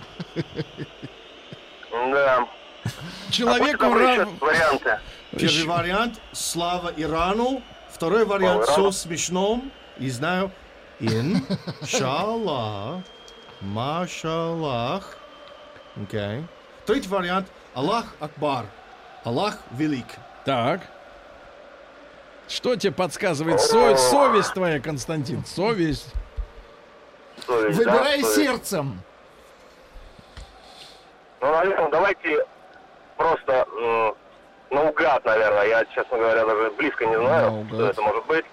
[SPEAKER 5] Да.
[SPEAKER 3] А
[SPEAKER 5] А
[SPEAKER 2] Человеку
[SPEAKER 5] Какие
[SPEAKER 2] рано.
[SPEAKER 5] еще варианты.
[SPEAKER 6] Первый вариант – «Слава Ирану». Второй вариант – «Со
[SPEAKER 5] Ирану.
[SPEAKER 6] смешном». И знаю «Иншалла Машаллах». Окей. Третий вариант – «Аллах Акбар». Аллах Велик.
[SPEAKER 2] Так. Что тебе подсказывает со- совесть твоя, Константин? Совесть.
[SPEAKER 5] Совесть, да,
[SPEAKER 4] Выбирай
[SPEAKER 5] совесть.
[SPEAKER 4] сердцем.
[SPEAKER 5] Ну, наверное, давайте просто м, наугад, наверное. Я, честно говоря, даже близко не знаю,
[SPEAKER 4] Наугад.
[SPEAKER 5] что это может быть.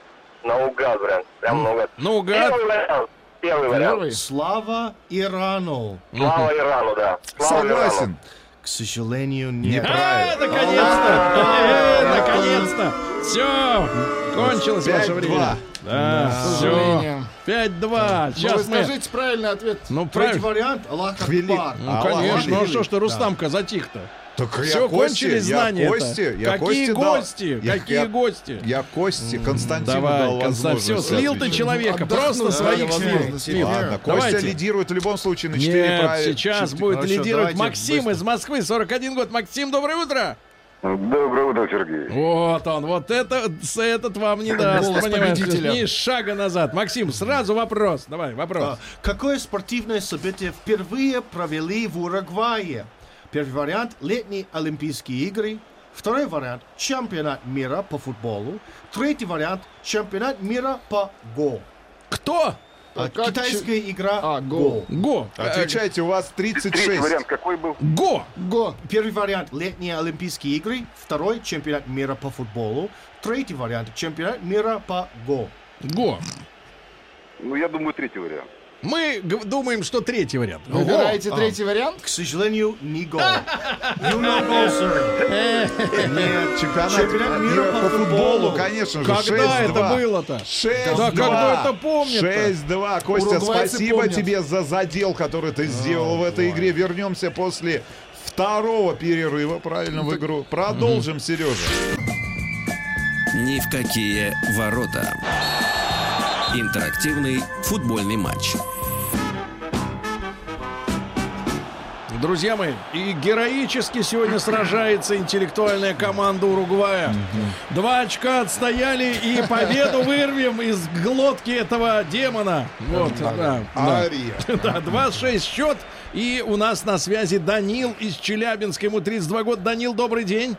[SPEAKER 5] Наугад вариант. Прям наугад.
[SPEAKER 2] Ну, гад.
[SPEAKER 5] Первый вариант. Первый вариант.
[SPEAKER 4] Первый.
[SPEAKER 6] «Слава Ирану».
[SPEAKER 5] Слава Ирану, да. Слава
[SPEAKER 3] Согласен.
[SPEAKER 6] К сожалению, нет.
[SPEAKER 2] А, наконец-то! Э, Наконец-то! Все! Кончилось ваше
[SPEAKER 3] 5-2.
[SPEAKER 2] время. Да, все.
[SPEAKER 4] Сожаление.
[SPEAKER 2] 5-2.
[SPEAKER 4] Ну, вы
[SPEAKER 2] Сейчас мы...
[SPEAKER 4] скажите правильный ответ.
[SPEAKER 2] Ну,
[SPEAKER 6] Третий
[SPEAKER 2] правильно.
[SPEAKER 6] вариант – «Аллах
[SPEAKER 3] Велик.
[SPEAKER 6] Акбар».
[SPEAKER 2] Ну,
[SPEAKER 3] Аллах,
[SPEAKER 2] конечно. Ну,
[SPEAKER 3] Велик.
[SPEAKER 2] что ж ты, Рустамка, затих-то.
[SPEAKER 3] Так я
[SPEAKER 2] Все,
[SPEAKER 3] Кости,
[SPEAKER 2] кончились
[SPEAKER 3] я
[SPEAKER 2] знания
[SPEAKER 3] Кости,
[SPEAKER 2] Какие
[SPEAKER 3] я Кости дал.
[SPEAKER 2] гости?
[SPEAKER 3] Я-
[SPEAKER 2] Какие
[SPEAKER 3] я-
[SPEAKER 2] гости?
[SPEAKER 3] Я Кости Константину дал
[SPEAKER 2] Давай, Константин,
[SPEAKER 3] возможность.
[SPEAKER 2] все, слил ты
[SPEAKER 3] отвечать.
[SPEAKER 2] человека,
[SPEAKER 4] Отдохнул,
[SPEAKER 2] просто
[SPEAKER 4] да,
[SPEAKER 2] своих слил.
[SPEAKER 4] возможности.
[SPEAKER 2] слил.
[SPEAKER 3] Ладно, Костя
[SPEAKER 2] Давайте.
[SPEAKER 3] лидирует в любом случае на 4
[SPEAKER 2] Нет, сейчас будет
[SPEAKER 3] Ну
[SPEAKER 6] Хорошо,
[SPEAKER 2] лидировать
[SPEAKER 6] давайте
[SPEAKER 2] Максим
[SPEAKER 6] быстро.
[SPEAKER 2] из Москвы, 41 год. Максим, доброе утро!
[SPEAKER 7] Доброе утро, Сергей.
[SPEAKER 2] Вот он, вот это, с- этот вам не даст,
[SPEAKER 4] Голос
[SPEAKER 2] понимаешь,
[SPEAKER 4] победителя.
[SPEAKER 2] ни шага назад. Максим, сразу вопрос, давай,
[SPEAKER 6] А,
[SPEAKER 2] вопрос.
[SPEAKER 6] Какое спортивное событие впервые провели в Уругвае? Первый вариант – летние Олимпийские игры. Второй вариант – чемпионат мира по футболу. Третий вариант – чемпионат мира по го.
[SPEAKER 2] Кто?
[SPEAKER 6] А,
[SPEAKER 4] Так, а
[SPEAKER 6] Китайская игра
[SPEAKER 4] А, гол.
[SPEAKER 6] гол.
[SPEAKER 2] Го. Э,
[SPEAKER 3] Отвечайте, у вас
[SPEAKER 7] Третий
[SPEAKER 3] 36.
[SPEAKER 7] вариант какой был?
[SPEAKER 2] Го.
[SPEAKER 4] Го.
[SPEAKER 6] Первый вариант – летние Олимпийские игры. Второй – чемпионат мира по футболу. Третий вариант – чемпионат мира по гол.
[SPEAKER 2] Го.
[SPEAKER 7] Ну, я думаю, третий вариант.
[SPEAKER 2] Мы г- думаем, что третий вариант. Го.
[SPEAKER 4] Выбираете третий вариант?
[SPEAKER 6] К сожалению, не гол. You know goal, sir. Нет, чемпионат мира по футболу.
[SPEAKER 3] конечно же,
[SPEAKER 2] Когда
[SPEAKER 3] 6-2.
[SPEAKER 2] это было-то?
[SPEAKER 3] 6-2.
[SPEAKER 2] Да когда это помнят-то?
[SPEAKER 3] 6-2. Костя,
[SPEAKER 4] Уругвайцы
[SPEAKER 3] спасибо
[SPEAKER 4] помнят.
[SPEAKER 3] тебе за задел, который ты сделал в этой игре. Вернемся после второго перерыва, правильно, в игру. Продолжим, Сережа.
[SPEAKER 1] Ни в какие ворота. Интерактивный футбольный матч.
[SPEAKER 2] Друзья мои, и героически сегодня сражается интеллектуальная команда Уругвая. Два очка отстояли и победу вырвем из глотки этого демона. Вот, да.
[SPEAKER 3] А
[SPEAKER 2] да.
[SPEAKER 3] Ария.
[SPEAKER 2] Да, 2-6 счет. И у нас на связи Данил из Челябинска. Ему 32 года. Данил, добрый день.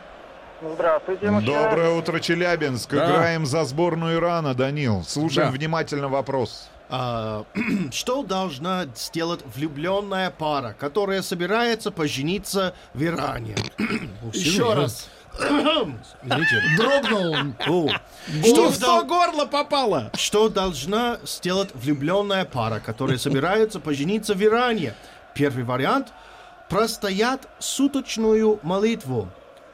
[SPEAKER 8] Здравствуйте, мужчина.
[SPEAKER 3] Доброе утро, Челябинск.
[SPEAKER 2] Да.
[SPEAKER 3] Играем за сборную Ирана, Данил. Слушаем
[SPEAKER 2] Да.
[SPEAKER 3] внимательно вопрос.
[SPEAKER 6] А, что должна сделать влюбленная пара, которая собирается пожениться в Иране?
[SPEAKER 4] Еще раз. Дрогнул он.
[SPEAKER 6] О,
[SPEAKER 2] Что
[SPEAKER 6] что,
[SPEAKER 2] в то
[SPEAKER 6] дол-
[SPEAKER 2] горло попало?
[SPEAKER 6] что должна сделать влюбленная пара, которая собирается пожениться в Иране? Первый вариант – простоят суточную молитву.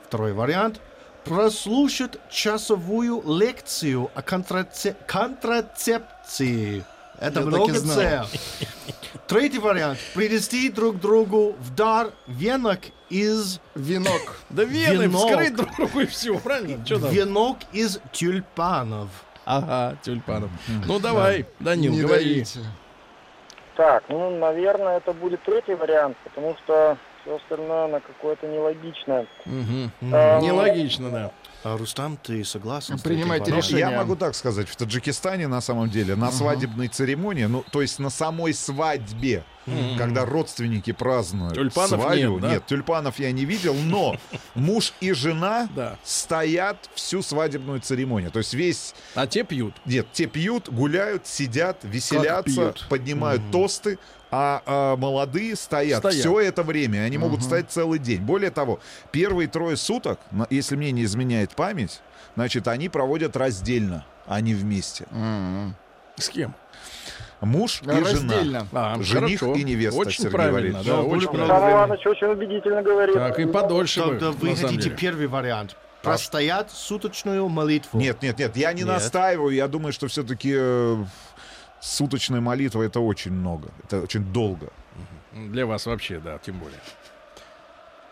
[SPEAKER 6] Второй вариант – прослушать часовую лекцию о контраце- контрацепции. Это
[SPEAKER 4] Я так и
[SPEAKER 6] много
[SPEAKER 4] знал.
[SPEAKER 6] «ц». Третий вариант – принести друг другу в дар венок из
[SPEAKER 4] Венок.
[SPEAKER 2] Да вены,
[SPEAKER 6] Венок.
[SPEAKER 2] вскрыть друг другу и все, правильно? Что там?
[SPEAKER 6] венок из тюльпанов.
[SPEAKER 2] Ага, тюльпанов. Ну давай, Данил,
[SPEAKER 4] Не
[SPEAKER 2] говори.
[SPEAKER 4] дарите.
[SPEAKER 8] Так, ну, наверное, это будет третий вариант, потому что все остальное на какое-то нелогичное.
[SPEAKER 2] Мгм.
[SPEAKER 8] Эм,
[SPEAKER 2] Нелогично, да.
[SPEAKER 6] А, Рустам, ты согласен? с
[SPEAKER 4] Принимайте
[SPEAKER 6] третьим вариантом?
[SPEAKER 4] решение.
[SPEAKER 3] Я могу так сказать, в Таджикистане на самом деле на свадебной церемонии, ну то есть на самой свадьбе, когда родственники празднуют
[SPEAKER 2] Тюльпанов
[SPEAKER 3] свадьбу,
[SPEAKER 2] нет, да?
[SPEAKER 3] тюльпанов я не видел, но муж и жена
[SPEAKER 2] Да.
[SPEAKER 3] стоят всю свадебную церемонию, то есть весь
[SPEAKER 2] А те пьют.
[SPEAKER 3] нет, те пьют, гуляют, сидят, веселятся,
[SPEAKER 4] пьют.
[SPEAKER 3] поднимают тосты, а, а, молодые стоят,
[SPEAKER 2] Стоят.
[SPEAKER 3] все это время. и Они могут стоять целый день. Более того, первые трое суток, на- если мне не изменяет память, значит, они проводят раздельно, а не вместе.
[SPEAKER 2] С кем?
[SPEAKER 3] Муж и жена.
[SPEAKER 4] Раздельно.
[SPEAKER 2] А,
[SPEAKER 3] Жених и невеста,
[SPEAKER 2] Очень
[SPEAKER 3] Сергей
[SPEAKER 2] правильно,
[SPEAKER 3] Валерьевич.
[SPEAKER 2] да,
[SPEAKER 6] Да,
[SPEAKER 2] очень
[SPEAKER 6] очень
[SPEAKER 2] правильно.
[SPEAKER 6] правильно.
[SPEAKER 8] Сан
[SPEAKER 6] время.
[SPEAKER 8] Иванович очень убедительно говорит.
[SPEAKER 2] Ну, Так, и подольше бы,
[SPEAKER 6] Тогда вы
[SPEAKER 2] на самом
[SPEAKER 6] хотите
[SPEAKER 2] деле.
[SPEAKER 6] первый вариант. Простоят суточную молитву.
[SPEAKER 3] Нет, нет, нет, я не
[SPEAKER 6] Нет.
[SPEAKER 3] настаиваю. Я думаю, что все-таки суточная молитва это очень много. Это очень долго.
[SPEAKER 2] Для вас вообще, да, тем более.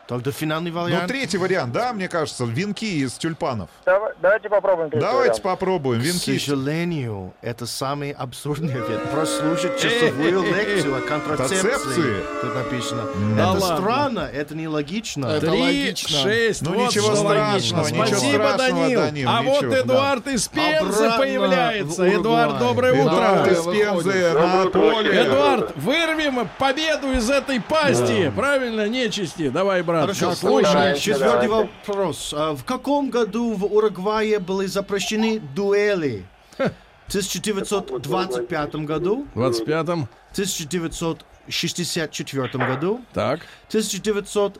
[SPEAKER 6] Тогда финальный
[SPEAKER 3] Ну,
[SPEAKER 6] вариант.
[SPEAKER 3] третий вариант, да, мне кажется, венки из тюльпанов.
[SPEAKER 8] Дава- Давайте попробуем третий
[SPEAKER 3] Давайте
[SPEAKER 8] вариант.
[SPEAKER 3] попробуем.
[SPEAKER 6] К
[SPEAKER 3] Венки. из
[SPEAKER 6] сожалению, это самый абсурдный ответ. Прослушать часовую лекцию о контрацепции.
[SPEAKER 3] Концепции?
[SPEAKER 6] Тут написано.
[SPEAKER 2] Да
[SPEAKER 6] Это
[SPEAKER 2] ладно.
[SPEAKER 6] странно, это нелогично.
[SPEAKER 4] Это
[SPEAKER 2] Три,
[SPEAKER 4] логично.
[SPEAKER 2] шесть,
[SPEAKER 3] Ну,
[SPEAKER 2] вот
[SPEAKER 3] ничего
[SPEAKER 2] что
[SPEAKER 3] страшного,
[SPEAKER 2] логично.
[SPEAKER 3] ничего
[SPEAKER 2] Спасибо,
[SPEAKER 3] страшного,
[SPEAKER 2] Данил.
[SPEAKER 3] Данил,
[SPEAKER 2] А вот
[SPEAKER 3] ничего, да.
[SPEAKER 2] Эдуард из Пензы
[SPEAKER 6] Обратно
[SPEAKER 2] появляется.
[SPEAKER 6] в Уругвай.
[SPEAKER 2] Эдуард, доброе утро.
[SPEAKER 3] Эдуард
[SPEAKER 4] Доброе
[SPEAKER 3] из Пензы на поле.
[SPEAKER 2] Эдуард, вырвем победу из этой пасти. Правильно, нечисти. Давай, брат.
[SPEAKER 6] Хорошо,
[SPEAKER 2] Как
[SPEAKER 6] слушай,
[SPEAKER 8] Давайте,
[SPEAKER 6] четвертый
[SPEAKER 8] давайте.
[SPEAKER 6] вопрос. А В каком году в Уругвае были запрещены дуэли? В 1925 году,
[SPEAKER 2] В 25-м.
[SPEAKER 6] в 1964 году,
[SPEAKER 2] Так,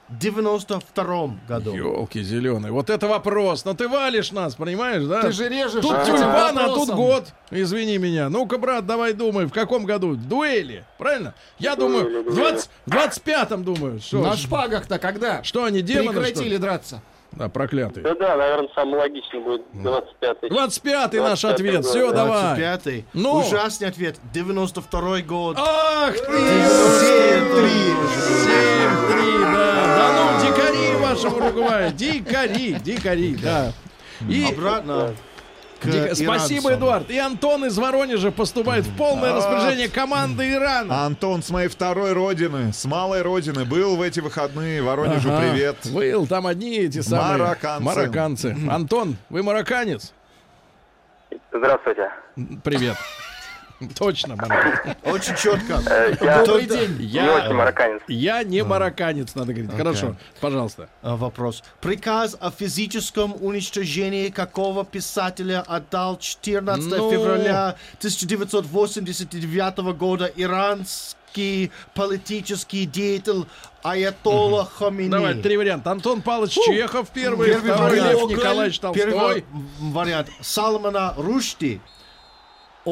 [SPEAKER 6] 1992 году.
[SPEAKER 2] елки зеленые. Вот это вопрос. Но ты валишь нас, понимаешь, да?
[SPEAKER 4] Ты же режешь.
[SPEAKER 2] Тут
[SPEAKER 4] этим
[SPEAKER 2] тюльпан, а тут
[SPEAKER 4] вопросом.
[SPEAKER 2] год. Извини меня. Ну-ка, брат, давай думай, в каком году? Дуэли, правильно? Я думаю, в, 20, в 25-м думаю. Что,
[SPEAKER 4] На шпагах-то когда?
[SPEAKER 2] что они, демоны, что ли?
[SPEAKER 4] Прекратили драться.
[SPEAKER 2] Да, проклятые.
[SPEAKER 8] Да, да, наверное, самый логичный будет 25-й.
[SPEAKER 2] 25-й наш
[SPEAKER 8] 25-й
[SPEAKER 2] ответ.
[SPEAKER 8] год,
[SPEAKER 2] Все,
[SPEAKER 8] да.
[SPEAKER 2] давай.
[SPEAKER 6] 25
[SPEAKER 2] Ну? А!
[SPEAKER 6] Ужасный ответ. 92 год.
[SPEAKER 2] Ах ты!
[SPEAKER 6] 93.
[SPEAKER 2] 7-3, да. Да ну, дикари вашего Уругвая. Дикари, дикари, да. И
[SPEAKER 6] Обратно. к
[SPEAKER 2] Дика-
[SPEAKER 6] иранцам.
[SPEAKER 2] Спасибо, Эдуард. И Антон из Воронежа поступает в полное распоряжение команды Ирана.
[SPEAKER 3] Антон с моей второй родины, с малой родины, был в эти выходные. Воронежу
[SPEAKER 2] Ага.
[SPEAKER 3] привет.
[SPEAKER 2] А, Был там одни эти самые
[SPEAKER 3] Марокканцы.
[SPEAKER 2] марокканцы. Антон, вы марокканец?
[SPEAKER 5] Здравствуйте.
[SPEAKER 2] Привет. Точно, баран.
[SPEAKER 6] Очень четко.
[SPEAKER 5] Э, Я
[SPEAKER 4] Добрый
[SPEAKER 5] не
[SPEAKER 4] день.
[SPEAKER 5] очень
[SPEAKER 6] Я...
[SPEAKER 5] марокканец.
[SPEAKER 2] Я не марокканец, надо говорить. Хорошо, пожалуйста.
[SPEAKER 6] А, Вопрос. Приказ о физическом уничтожении какого писателя отдал 14
[SPEAKER 2] Ну.
[SPEAKER 6] февраля 1989 года иранский политический деятель Аятолла Хомини?
[SPEAKER 2] Давай, три варианта. Антон Павлович Чехов первый,
[SPEAKER 6] Первый
[SPEAKER 2] второй
[SPEAKER 6] вариант.
[SPEAKER 2] Лев Николаевич Толстой.
[SPEAKER 6] Первый ва- м, вариант. Салмана Рушти.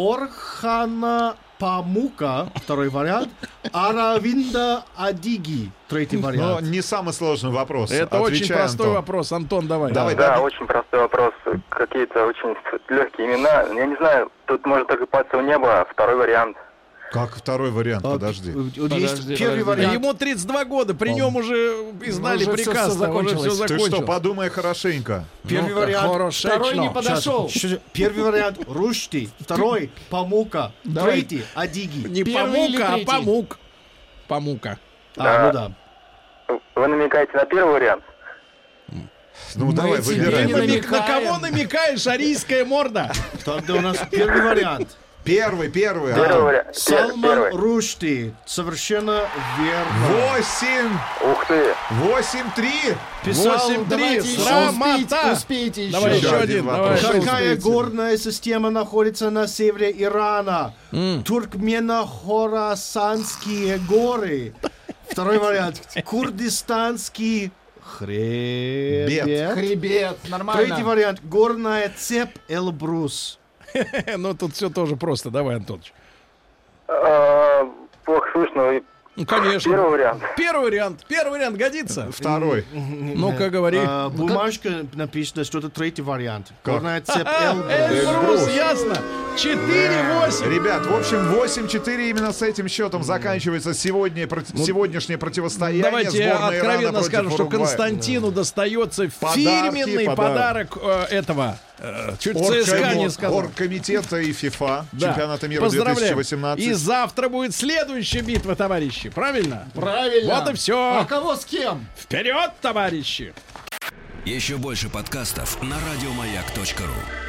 [SPEAKER 6] Орхана Памука, второй вариант. Аравинда Адиги, третий
[SPEAKER 3] Но
[SPEAKER 6] вариант.
[SPEAKER 3] не самый сложный вопрос.
[SPEAKER 2] Это очень
[SPEAKER 3] Отвечай,
[SPEAKER 2] простой
[SPEAKER 3] Антон.
[SPEAKER 2] вопрос. Антон, давай.
[SPEAKER 3] Давай,
[SPEAKER 5] Да, очень простой вопрос. Какие-то очень легкие имена. Я не знаю, тут может только пальцем в небо, второй вариант.
[SPEAKER 3] Как второй вариант?
[SPEAKER 6] А,
[SPEAKER 3] Подожди.
[SPEAKER 6] э, вот Есть первый
[SPEAKER 2] А
[SPEAKER 6] вариант.
[SPEAKER 2] Ему 32 года, при нем уже издали
[SPEAKER 4] Ну, уже всё-
[SPEAKER 2] приказ,
[SPEAKER 4] всё
[SPEAKER 2] там уже все
[SPEAKER 4] закончилось.
[SPEAKER 3] Ты
[SPEAKER 2] закончилось.
[SPEAKER 3] что, подумай хорошенько.
[SPEAKER 6] Первый
[SPEAKER 2] Ну,
[SPEAKER 6] вариант.
[SPEAKER 2] хорошечно.
[SPEAKER 4] Второй не
[SPEAKER 6] Сейчас,
[SPEAKER 4] подошел.
[SPEAKER 6] щ- Первый вариант Рушти, второй Памука,
[SPEAKER 2] Давай.
[SPEAKER 6] третий Адиги.
[SPEAKER 2] Не
[SPEAKER 4] Первый или
[SPEAKER 2] помука, а
[SPEAKER 4] третий?
[SPEAKER 2] помук. Помука.
[SPEAKER 6] А, ну да.
[SPEAKER 5] Вы намекаете на первый вариант?
[SPEAKER 3] Ну давай,
[SPEAKER 4] тебе
[SPEAKER 3] выбирай.
[SPEAKER 4] не
[SPEAKER 2] Намек- На
[SPEAKER 4] намекаем.
[SPEAKER 2] кого намекаешь, арийская морда?
[SPEAKER 6] Тогда у нас первый вариант.
[SPEAKER 3] Первый, первый.
[SPEAKER 5] Первый
[SPEAKER 3] Антон.
[SPEAKER 5] вариант. Пе-
[SPEAKER 6] Салман
[SPEAKER 5] Первый.
[SPEAKER 6] Рушти. Совершенно верно.
[SPEAKER 3] Восемь,
[SPEAKER 5] Ух ты!
[SPEAKER 3] восемь, три.
[SPEAKER 6] Писал,
[SPEAKER 2] 8-3,
[SPEAKER 4] Давайте еще
[SPEAKER 2] срамота!
[SPEAKER 4] успейте, успейте еще.
[SPEAKER 2] Давай
[SPEAKER 3] Еще
[SPEAKER 2] еще
[SPEAKER 3] один
[SPEAKER 2] один, давай.
[SPEAKER 3] вопрос.
[SPEAKER 6] Какая горная система находится на севере Ирана? Туркмено-Хорасанские горы. Второй вариант. Курдистанский хребет.
[SPEAKER 4] Хребет, нормально.
[SPEAKER 6] Третий вариант. Горная цепь Эльбрус.
[SPEAKER 2] Ну, тут все тоже просто. Давай, Антоныч.
[SPEAKER 5] А, Плохо слышно. И
[SPEAKER 2] Ну, конечно.
[SPEAKER 5] Первый вариант.
[SPEAKER 2] Первый вариант. Первый вариант годится.
[SPEAKER 3] Второй.
[SPEAKER 2] Ну-ка, говори.
[SPEAKER 6] А, Бумажка написано, что это третий вариант. Горная цепь
[SPEAKER 2] Э,
[SPEAKER 6] э, Эльбрус.
[SPEAKER 2] Эльбрус, ясно. 4-8.
[SPEAKER 3] Ребят, в общем, 8-4 именно с этим счетом заканчивается сегодня, проти- сегодняшнее противостояние
[SPEAKER 2] Ну, Давайте
[SPEAKER 3] сборной Ирана
[SPEAKER 2] откровенно
[SPEAKER 3] против
[SPEAKER 2] скажем, что
[SPEAKER 3] Уругвая.
[SPEAKER 2] Константину достается
[SPEAKER 3] Подарки,
[SPEAKER 2] фирменный подарок, э, этого. э, чуть ЦСКА не
[SPEAKER 3] Оргкомит-
[SPEAKER 2] сказал.
[SPEAKER 3] Оргкомитета и ФИФА
[SPEAKER 2] Да.
[SPEAKER 3] чемпионата мира
[SPEAKER 2] Поздравляем.
[SPEAKER 3] 2018.
[SPEAKER 2] И завтра будет следующая битва, товарищи. Правильно?
[SPEAKER 4] Правильно.
[SPEAKER 2] Вот и все.
[SPEAKER 4] А кого с кем?
[SPEAKER 2] Вперед, товарищи!
[SPEAKER 1] Еще больше подкастов на радиомаяк.ру.